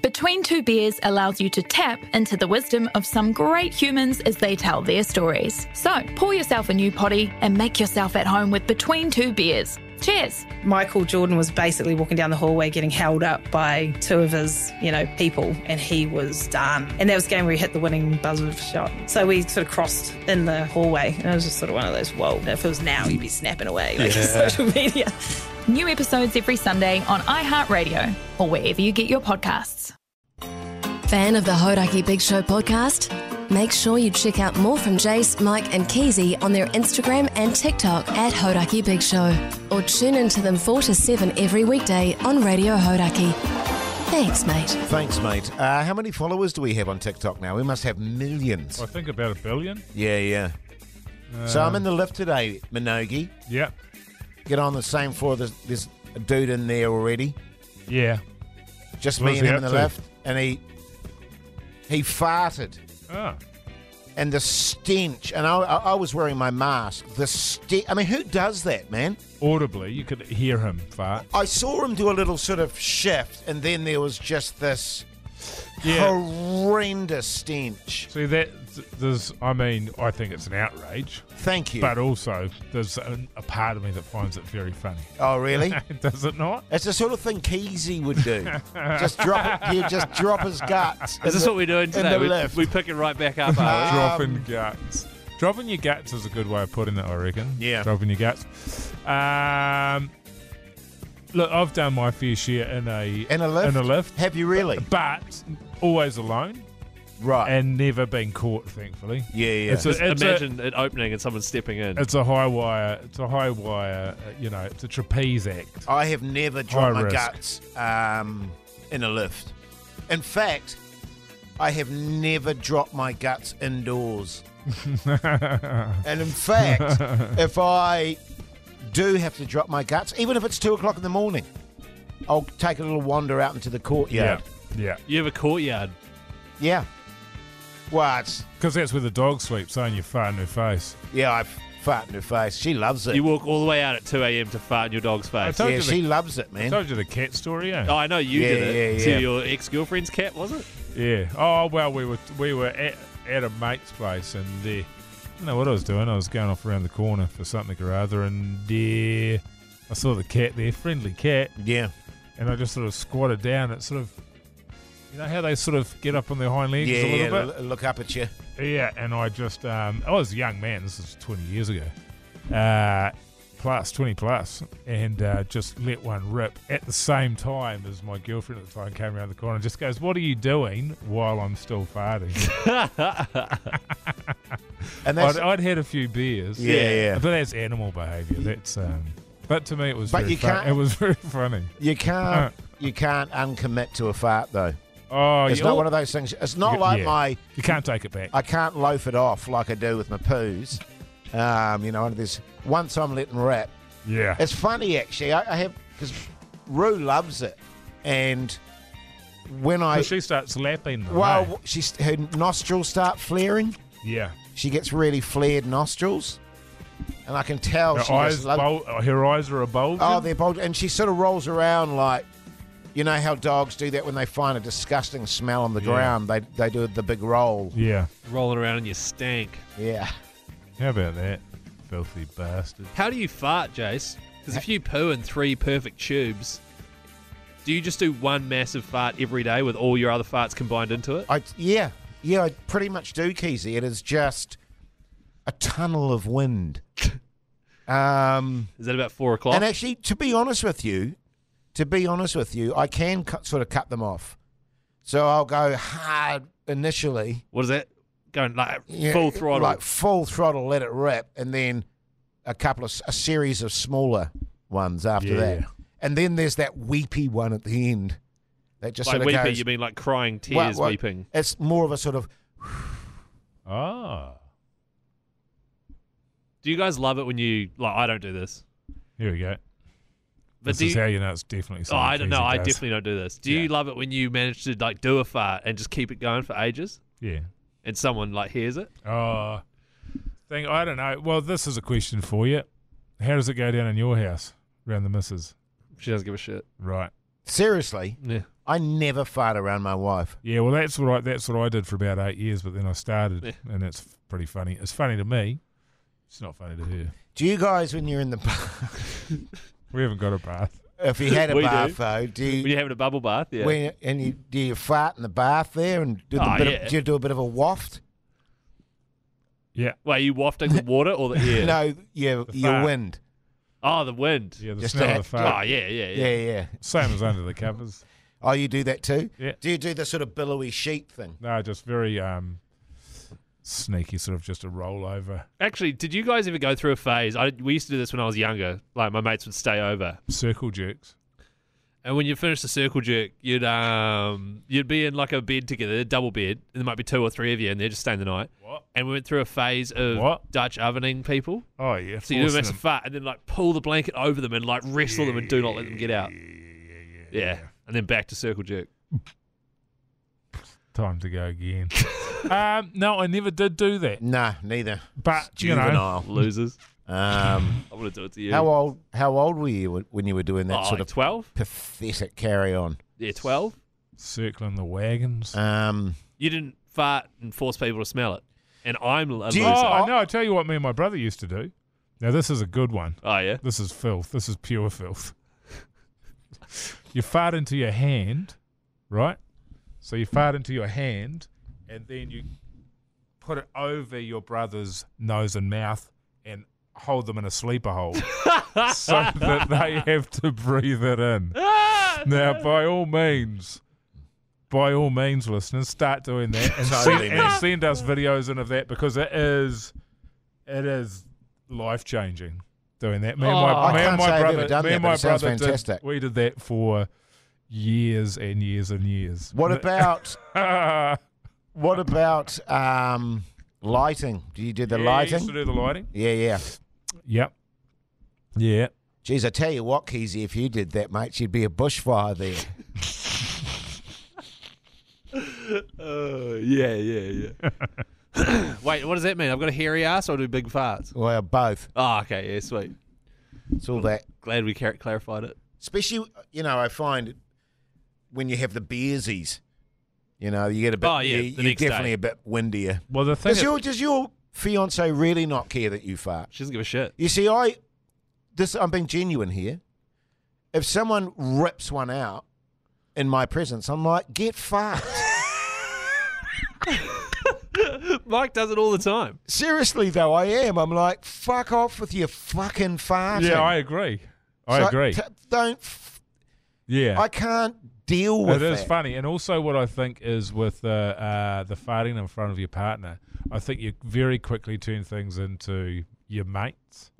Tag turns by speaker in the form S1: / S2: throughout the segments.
S1: Between Two Beers allows you to tap into the wisdom of some great humans as they tell their stories. So pour yourself a new potty and make yourself at home with Between Two Beers. Cheers.
S2: Michael Jordan was basically walking down the hallway getting held up by two of his, you know, people, and he was done. And that was the game where he hit the winning buzzer shot. So we sort of crossed in the hallway, and it was just sort of one of those, whoa, if it was now, you'd be snapping away like
S3: Yeah.
S2: social media.
S1: New episodes every Sunday on iHeartRadio or wherever you get your podcasts.
S4: Fan of the Hodaki Big Show podcast? Make sure you check out more from Jace, Mike, and Keezy on their Instagram and TikTok at Hodaki Big Show, or tune in to them 4 to 7 every weekday on Radio Hodaki. Thanks, mate.
S5: Thanks, mate. Uh, how many followers do we have on TikTok now? We must have millions.
S6: I think about a billion.
S5: Yeah, yeah. so I'm in the lift today, Minogi.
S6: Yeah.
S5: Get on the same floor. There's, there's a dude in there already.
S6: Yeah.
S5: Just
S6: What
S5: me
S6: was
S5: and
S6: he
S5: him in the
S6: up to?
S5: lift, and he he farted,
S6: Ah.
S5: and the stench. And I, I, I was wearing my mask. The stench. I mean, who does that, man?
S6: Audibly, you could hear him fart.
S5: I saw him do a little sort of shift, and then there was just this
S6: Yeah.
S5: horrendous stench.
S6: See that th- there's, I mean, I think it's an outrage,
S5: Thank you.
S6: but also there's a, a part of me that finds it very funny.
S5: oh, really?
S6: Does it not?
S5: It's the sort of thing Keezy would do. just drop it. You just drop his guts. in
S3: Is this
S5: the-
S3: what we're doing
S5: in
S3: today?
S5: the
S3: We,
S5: lift.
S3: we pick it right back up, uh, are
S5: Um,
S3: we?
S6: Dropping guts. Dropping your guts is a good way of putting it, I reckon.
S5: Yeah.
S6: Dropping your guts. Um, look, I've done my fair share in a
S5: in a lift.
S6: in a lift,
S5: Have you really?
S6: but always alone
S5: Right.
S6: and never been caught, thankfully.
S5: yeah, yeah.
S6: It's a, it's a-
S3: Imagine it opening and someone stepping in.
S6: it's a high wire. It's a high wire. uh, You know, it's a trapeze act.
S5: I have never dropped my
S6: risk.
S5: guts um, in a lift. In fact, I have never dropped my guts indoors. and in fact, if I do have to drop my guts, even if it's two o'clock in the morning, I'll take a little wander out into the courtyard.
S6: Yeah.
S3: You have a courtyard.
S5: Yeah. Well, it's,
S6: Because that's where the dog sleeps, so you fart in her face.
S5: yeah, I fart in her face. She loves it.
S3: You walk all the way out at 2 a.m. to fart in your dog's face.
S6: told
S5: yeah,
S6: you the-
S5: she loves it,
S6: I
S5: man.
S6: told you the cat story, eh?
S3: Oh, I know you
S5: Yeah,
S3: did it.
S5: yeah,
S3: To
S5: yeah.
S3: your ex girlfriend's cat, was it?
S6: Yeah. Oh well, we were we were at, at a mate's place, and uh, I don't know what I was doing. I was going off around the corner for something or other, and uh, I saw the cat there, friendly cat,
S5: yeah.
S6: and I just sort of squatted down. It sort of, you know how they sort of get up on their hind legs
S5: Yeah,
S6: a
S5: yeah.
S6: little bit.
S5: l- Look up at you.
S6: Yeah, and I just um, I was a young man. This is twenty years ago, uh, plus twenty plus, and uh, just let one rip at the same time as my girlfriend at the time came around the corner and just goes, "What are you doing?" While I'm still farting,
S5: And that's,
S6: I'd, I'd had a few beers.
S5: Yeah, yeah.
S6: But that's animal behaviour. That's um, but to me it was
S5: But
S6: very
S5: you
S6: fun-
S5: can't-
S6: it was very funny.
S5: you can't
S6: Uh.
S5: you can't uncommit to a fart though.
S6: Oh,
S5: It's
S6: you,
S5: not one of those things. It's not like
S6: yeah.
S5: my
S6: you can't take it back.
S5: I can't loaf it off like I do with my poos. Um, you know, under this once I'm letting rip.
S6: yeah,
S5: It's funny actually. I, I have because Rue loves it, and when I
S6: But she starts lapping. them,
S5: well,
S6: eh?
S5: she's her nostrils start flaring.
S6: yeah,
S5: She gets really flared nostrils, and I can tell
S6: her
S5: oh, she
S6: eyes,
S5: just loves.
S6: bul- her eyes are a bulging.
S5: Oh, they're bold, and she sort of rolls around like, you know how dogs do that when they find a disgusting smell on the
S6: Yeah.
S5: ground. They they do the big roll.
S6: yeah.
S3: Rolling around in your stank.
S5: Yeah,
S6: How about that, filthy bastard?
S3: How do you fart, Jace? Because if you poo in three perfect tubes, do you just do one massive fart every day with all your other farts combined into it?
S5: I yeah yeah I pretty much do, Keezy. It is just a tunnel of wind. um,
S3: Is that about four o'clock?
S5: and actually, to be honest with you, to be honest with you, I can cut, sort of cut them off. So I'll go hard initially.
S3: what is that? Going like
S5: Yeah,
S3: full throttle.
S5: like full throttle, let it rip, and then a couple of a series of smaller ones after
S6: Yeah.
S5: that, and then there's that weepy one at the end that just
S3: Like
S5: sort of
S3: weepy,
S5: goes.
S3: you mean like crying tears
S5: "Wah, wah."
S3: weeping?
S5: It's more of a sort of
S6: Ah,
S3: Do you guys love it when you like? I don't do this,
S6: here we go.
S3: but
S6: this
S3: do
S6: is how
S3: you?
S6: you know it's definitely.
S3: Oh,
S6: something
S3: I don't know.
S6: Keezy
S3: I
S6: does.
S3: definitely don't do this. Do
S6: Yeah.
S3: you love it when you manage to like do a fart and just keep it going for ages,
S6: Yeah.
S3: and someone like hears it?
S6: Oh, thing. I don't know. Well, this is a question for you. How does it go down in your house around the missus?
S3: She doesn't give a shit.
S6: Right.
S5: seriously.
S3: Yeah.
S5: I I never fart around my wife.
S6: Yeah, well, that's what I that's what I did for about eight years, but then I started, and it's f- pretty funny. It's funny to me. It's not funny to her.
S5: Do you guys, when you're in the bath,
S6: We haven't got a bath.
S5: if you had a
S3: We do.
S5: bath though, do you,
S3: When you're having a bubble bath, yeah.
S5: when, and you do you fart in the bath there and do, the
S3: Oh,
S5: bit
S3: yeah.
S5: of, do you do a bit of a waft?
S6: Yeah,
S3: Wait, are you wafting the water or the air?
S5: No, yeah, your
S6: fart.
S5: wind.
S3: Oh, the wind.
S6: yeah, the
S5: Just
S6: smell
S5: a-
S6: of the
S3: Oh, yeah,
S6: fart.
S3: yeah, yeah.
S5: Yeah, yeah.
S6: Same as under the covers.
S5: Oh, you do that too?
S6: Yeah.
S5: Do you do the sort of billowy sheet thing?
S6: No, just very um, sneaky, sort of just a rollover
S3: Actually, did you guys ever go through a phase? I, we used to do this when I was younger. Like, my mates would stay over.
S6: circle jerks.
S3: And when you finish the circle jerk, you'd um you'd be in like a bed together, a double bed, and there might be two or three of you, and they're just staying the night.
S6: What?
S3: And we went through a phase of
S6: What?
S3: Dutch ovening people.
S6: Oh yeah,
S3: So you do a
S6: forcing
S3: massive
S6: them.
S3: fart, and then like pull the blanket over them and like wrestle them and do not let them get out. Yeah, and then back to circle jerk.
S6: Time to go again. um, no, I never did do that.
S5: Nah, neither.
S6: But you know,
S5: Juvenile.
S3: Losers.
S5: Um,
S3: I'm gonna do it to you.
S5: how old? How old were you when you were doing that
S3: Oh,
S5: sort of
S3: twelve?
S5: pathetic carry on?
S3: Yeah, twelve.
S6: circling the wagons.
S3: Uh,
S5: Um,
S3: You didn't fart and force people to smell it. And I'm a
S5: Do
S3: loser.
S5: you-
S6: oh,
S5: Oh.
S6: I know. I tell you what, me and my brother used to do. Now this is a good one.
S3: Oh yeah.
S6: This is filth. This is pure filth. you fart into your hand, right? So you fart into your hand, and then you put it over your brother's nose and mouth and hold them in a sleeper hold so that they have to breathe it in. now, by all means, by all means, listeners, start doing that and,
S5: Totally,
S6: send, and
S5: man.
S6: send us videos in of that because it is, it is life changing doing that. Me and
S3: Oh. I
S6: my, me
S5: can't
S6: and
S5: say
S6: my
S5: I've ever
S6: brother,
S5: done
S6: me
S5: that,
S6: and
S5: but
S6: my
S5: it sounds
S6: brother did,
S5: fantastic.
S6: we did that for years and years and years.
S5: what about
S6: about
S5: what about um, lighting? Do you do the
S6: Yeah, used
S5: lighting?
S6: to do the lighting.
S5: Yeah, yeah.
S6: Yep. Yeah.
S5: Geez, I tell you what, Keezy, if you did that, mate, she'd be a bushfire there.
S3: Uh, yeah, yeah, yeah. Wait, what does that mean? I've got a hairy ass or do big farts?
S5: well, both.
S3: Oh, okay, yeah, sweet.
S5: It's all that.
S3: Glad we clar- clarified it.
S5: Especially, you know, I find when you have the beersies, you know, you get a bit.
S3: Oh, yeah,
S5: you-
S3: the
S5: you're
S3: next
S5: definitely
S3: day.
S5: a bit windier.
S6: Well, the thing.
S5: Does your does your fiance really not care that you fart?
S3: She doesn't give a shit.
S5: You see, I this I'm being genuine here. If someone rips one out in my presence, I'm like, get fucked.
S3: Mike does it all the time.
S5: Seriously though, I am. I'm like, fuck off with your fucking farting.
S6: yeah, I agree. I
S5: So,
S6: agree.
S5: t- don't. F-
S6: yeah.
S5: I can't deal with
S6: it is
S5: that.
S6: funny, and also what I think is with uh, uh, the farting in front of your partner, I think you very quickly turn things into your mates.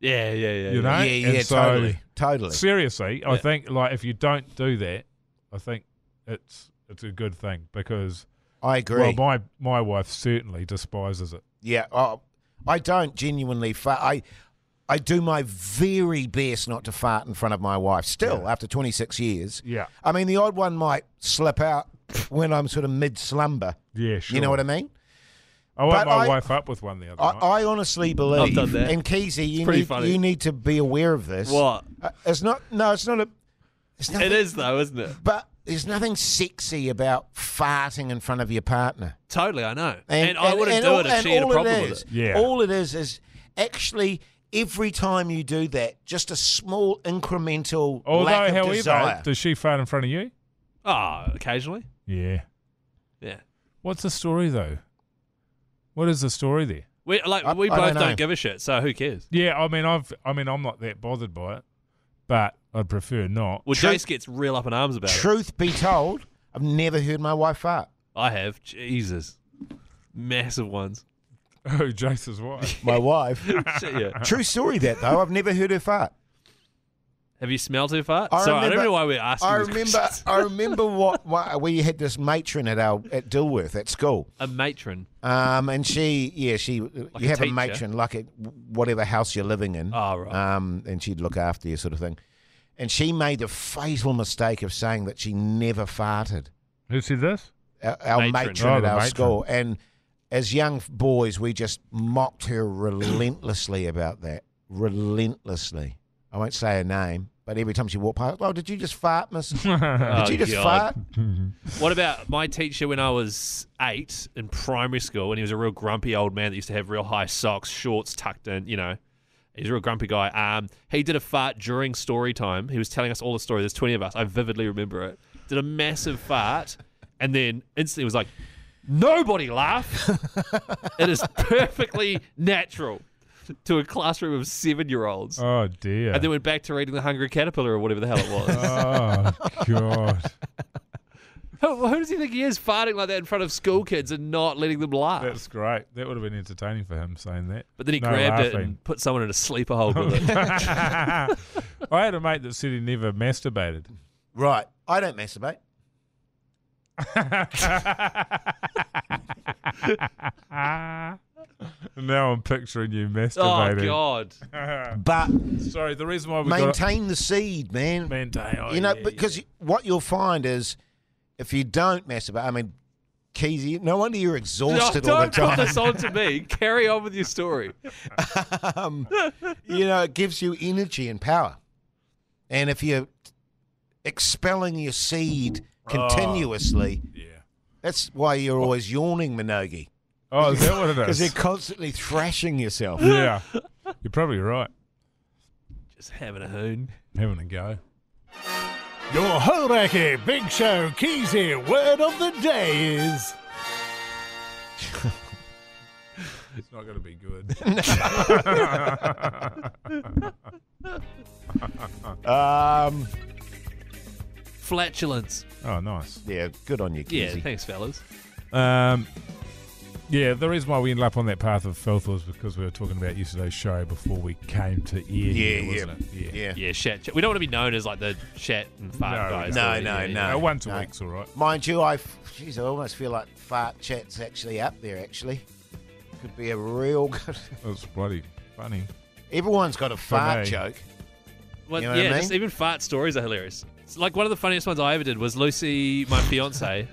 S3: Yeah, yeah, yeah.
S6: You
S3: yeah.
S6: know,
S5: Yeah,
S6: And
S5: yeah,
S6: so-
S5: totally, totally.
S6: Seriously, I
S3: Yeah.
S6: think like if you don't do that, I think it's it's a good thing because
S5: I agree.
S6: well, my my wife certainly despises it.
S5: yeah, oh, I don't genuinely fart. I I do my very best not to fart in front of my wife. Still, after 26 years.
S6: Yeah,
S5: I mean, the odd one might slip out when I'm sort of mid slumber.
S6: yeah, sure.
S5: You know what I mean?
S6: I woke
S5: But
S6: my
S5: I-
S6: wife up with one the other night.
S5: I, I honestly
S3: I've
S5: believe,
S3: done that.
S5: and Keezy, you
S3: pretty
S5: need
S3: funny.
S5: you need to be aware of this.
S3: What?
S5: Uh, it's not. No, it's not a. It's nothing,
S3: It is though, isn't it?
S5: But there's nothing sexy about farting in front of your partner.
S3: Totally, I know. And, I wouldn't
S5: and
S3: do
S5: all-
S3: it if
S5: and
S3: she had a
S5: all
S3: problem
S5: it
S3: with
S5: is,
S3: it.
S6: Yeah.
S5: All it is is actually every time you do that, just a small incremental
S6: Although,
S5: lack of
S6: however,
S5: desire.
S6: does she fart in front of you?
S3: Oh, occasionally.
S6: Yeah.
S3: Yeah.
S6: What's the story though? What is the story there?
S3: We like
S5: I-
S3: we
S5: I
S3: both
S5: don't
S3: don't,
S5: know.
S3: give a shit, so who cares?
S6: Yeah, I mean, I've, I mean, I'm not that bothered by it, but I'd prefer not.
S3: Well,
S5: True-
S3: Jace gets real up in arms about it.
S5: Truth be told, I've never heard my wife fart.
S3: I have. Jesus. Massive ones.
S6: Oh, Jace's wife.
S5: My wife.
S3: Shit, yeah.
S5: True story that though. I've never heard her fart.
S3: Have you smelled her fart?
S5: I
S3: Sorry, I
S5: remember-
S3: don't know why we're asking
S5: I
S3: these
S5: remember.
S3: questions.
S5: I remember what, what we had this matron at our at Dilworth at school,
S3: a matron.
S5: um, and she, yeah, she. uh, you
S3: a
S5: have a
S3: teacher?
S5: matron like at whatever house you're living in,
S3: Oh, right.
S5: um, and she'd look after you, sort of thing. And she made the fatal mistake of saying that she never farted.
S6: Who said this?
S5: Our, our matron,
S3: Matron.
S6: Oh,
S5: at
S6: the
S5: our
S6: matron.
S5: school, and as young boys, we just mocked her relentlessly about that, relentlessly. I won't say her name. But every time she walked past, oh, did you just fart, miss? Did
S3: Oh,
S5: you just
S3: God.
S5: fart?
S3: What about my teacher when I was eight in primary school, and he was a real grumpy old man that used to have real high socks, shorts tucked in, you know. He's a real grumpy guy. Um, he did a fart during story time. He was telling us all the story. There's 20 of us. I vividly remember it. Did a massive fart, and then instantly was like, nobody laugh. it is perfectly natural to a classroom of seven-year-olds.
S6: Oh dear.
S3: And then went back to reading The Hungry Caterpillar or whatever the hell it was.
S6: oh god.
S3: Who, who does he think he is farting like that in front of school kids and not letting them laugh?
S6: That's great. That would have been entertaining for him saying that.
S3: but then he
S6: No
S3: grabbed it
S6: laughing.
S3: and put someone in a sleeper hold with it.
S6: I had a mate that said he never masturbated.
S5: Right. I don't masturbate.
S6: now I'm picturing you
S3: oh,
S6: masturbating.
S3: God.
S5: But
S6: Sorry, the reason why we got
S5: maintain the seed, man.
S6: maintain. Oh,
S5: you know,
S6: yeah,
S5: because what you'll find is if you don't masturbate, I mean, Keezy, no wonder you're
S3: No,
S5: exhausted all the
S3: don't
S5: time.
S3: put this on to me. Carry on with your story.
S5: you know, it gives you energy and power. And if you're expelling your seed continuously,
S6: yeah.
S5: that's why you're always yawning, Minogi,
S6: Oh, is that what it
S5: because you're
S6: is?
S5: constantly thrashing yourself.
S6: yeah, you're probably right.
S3: Just having a hoon.
S6: Having a go.
S7: Your Horaki Big Show Keezy word of the day is
S6: It's not going to be good.
S5: Um,
S3: Flatulence.
S6: oh, nice.
S5: yeah, good on you,
S3: Yeah,
S5: Keezy.
S3: thanks, fellas.
S6: Um, yeah, the reason why we ended up on that path of filth was because we were talking about yesterday's show before we came to air.
S5: yeah,
S6: here,
S5: yeah,
S6: wasn't
S5: yeah,
S6: it?
S3: Yeah, shat. We don't want to be known as like the chat and fart
S6: No,
S3: guys.
S5: no,
S3: do we?
S5: no,
S3: Yeah, yeah.
S5: no.
S6: Uh, once a
S5: no.
S6: week's all right.
S5: Mind you, I, f- geez, I almost feel like fart chat's actually up there. Actually, could be a real good.
S6: That's bloody funny.
S5: Everyone's got a fart
S6: me.
S5: joke.
S3: Well,
S5: You know what I
S3: yeah,
S5: mean?
S3: just even fart stories are hilarious. It's like one of the funniest ones I ever did was Lucy, my fiance,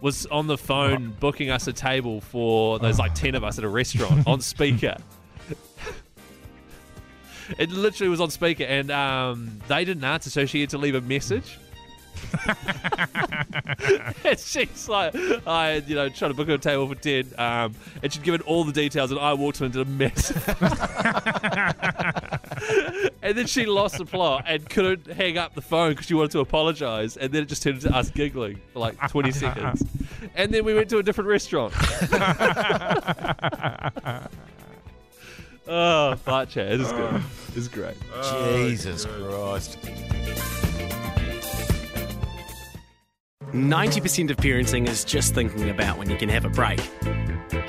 S3: was on the phone booking us a table for those
S5: Oh.
S3: like ten of us at a restaurant on speaker. it literally was on speaker, and um, they didn't answer, so she had to leave a message. and she's like, I, you know, trying to book her a table for ten, um, and she'd given all the details, and I walked in and did a mess. And then she lost the plot and couldn't hang up the phone because she wanted to apologise. And then it just turned into us giggling for like 20 seconds. And then we went to a different restaurant. oh, fart chat. It is good. It's great.
S5: Jesus Christ.
S8: 90% of parenting is just thinking about when you can have a break.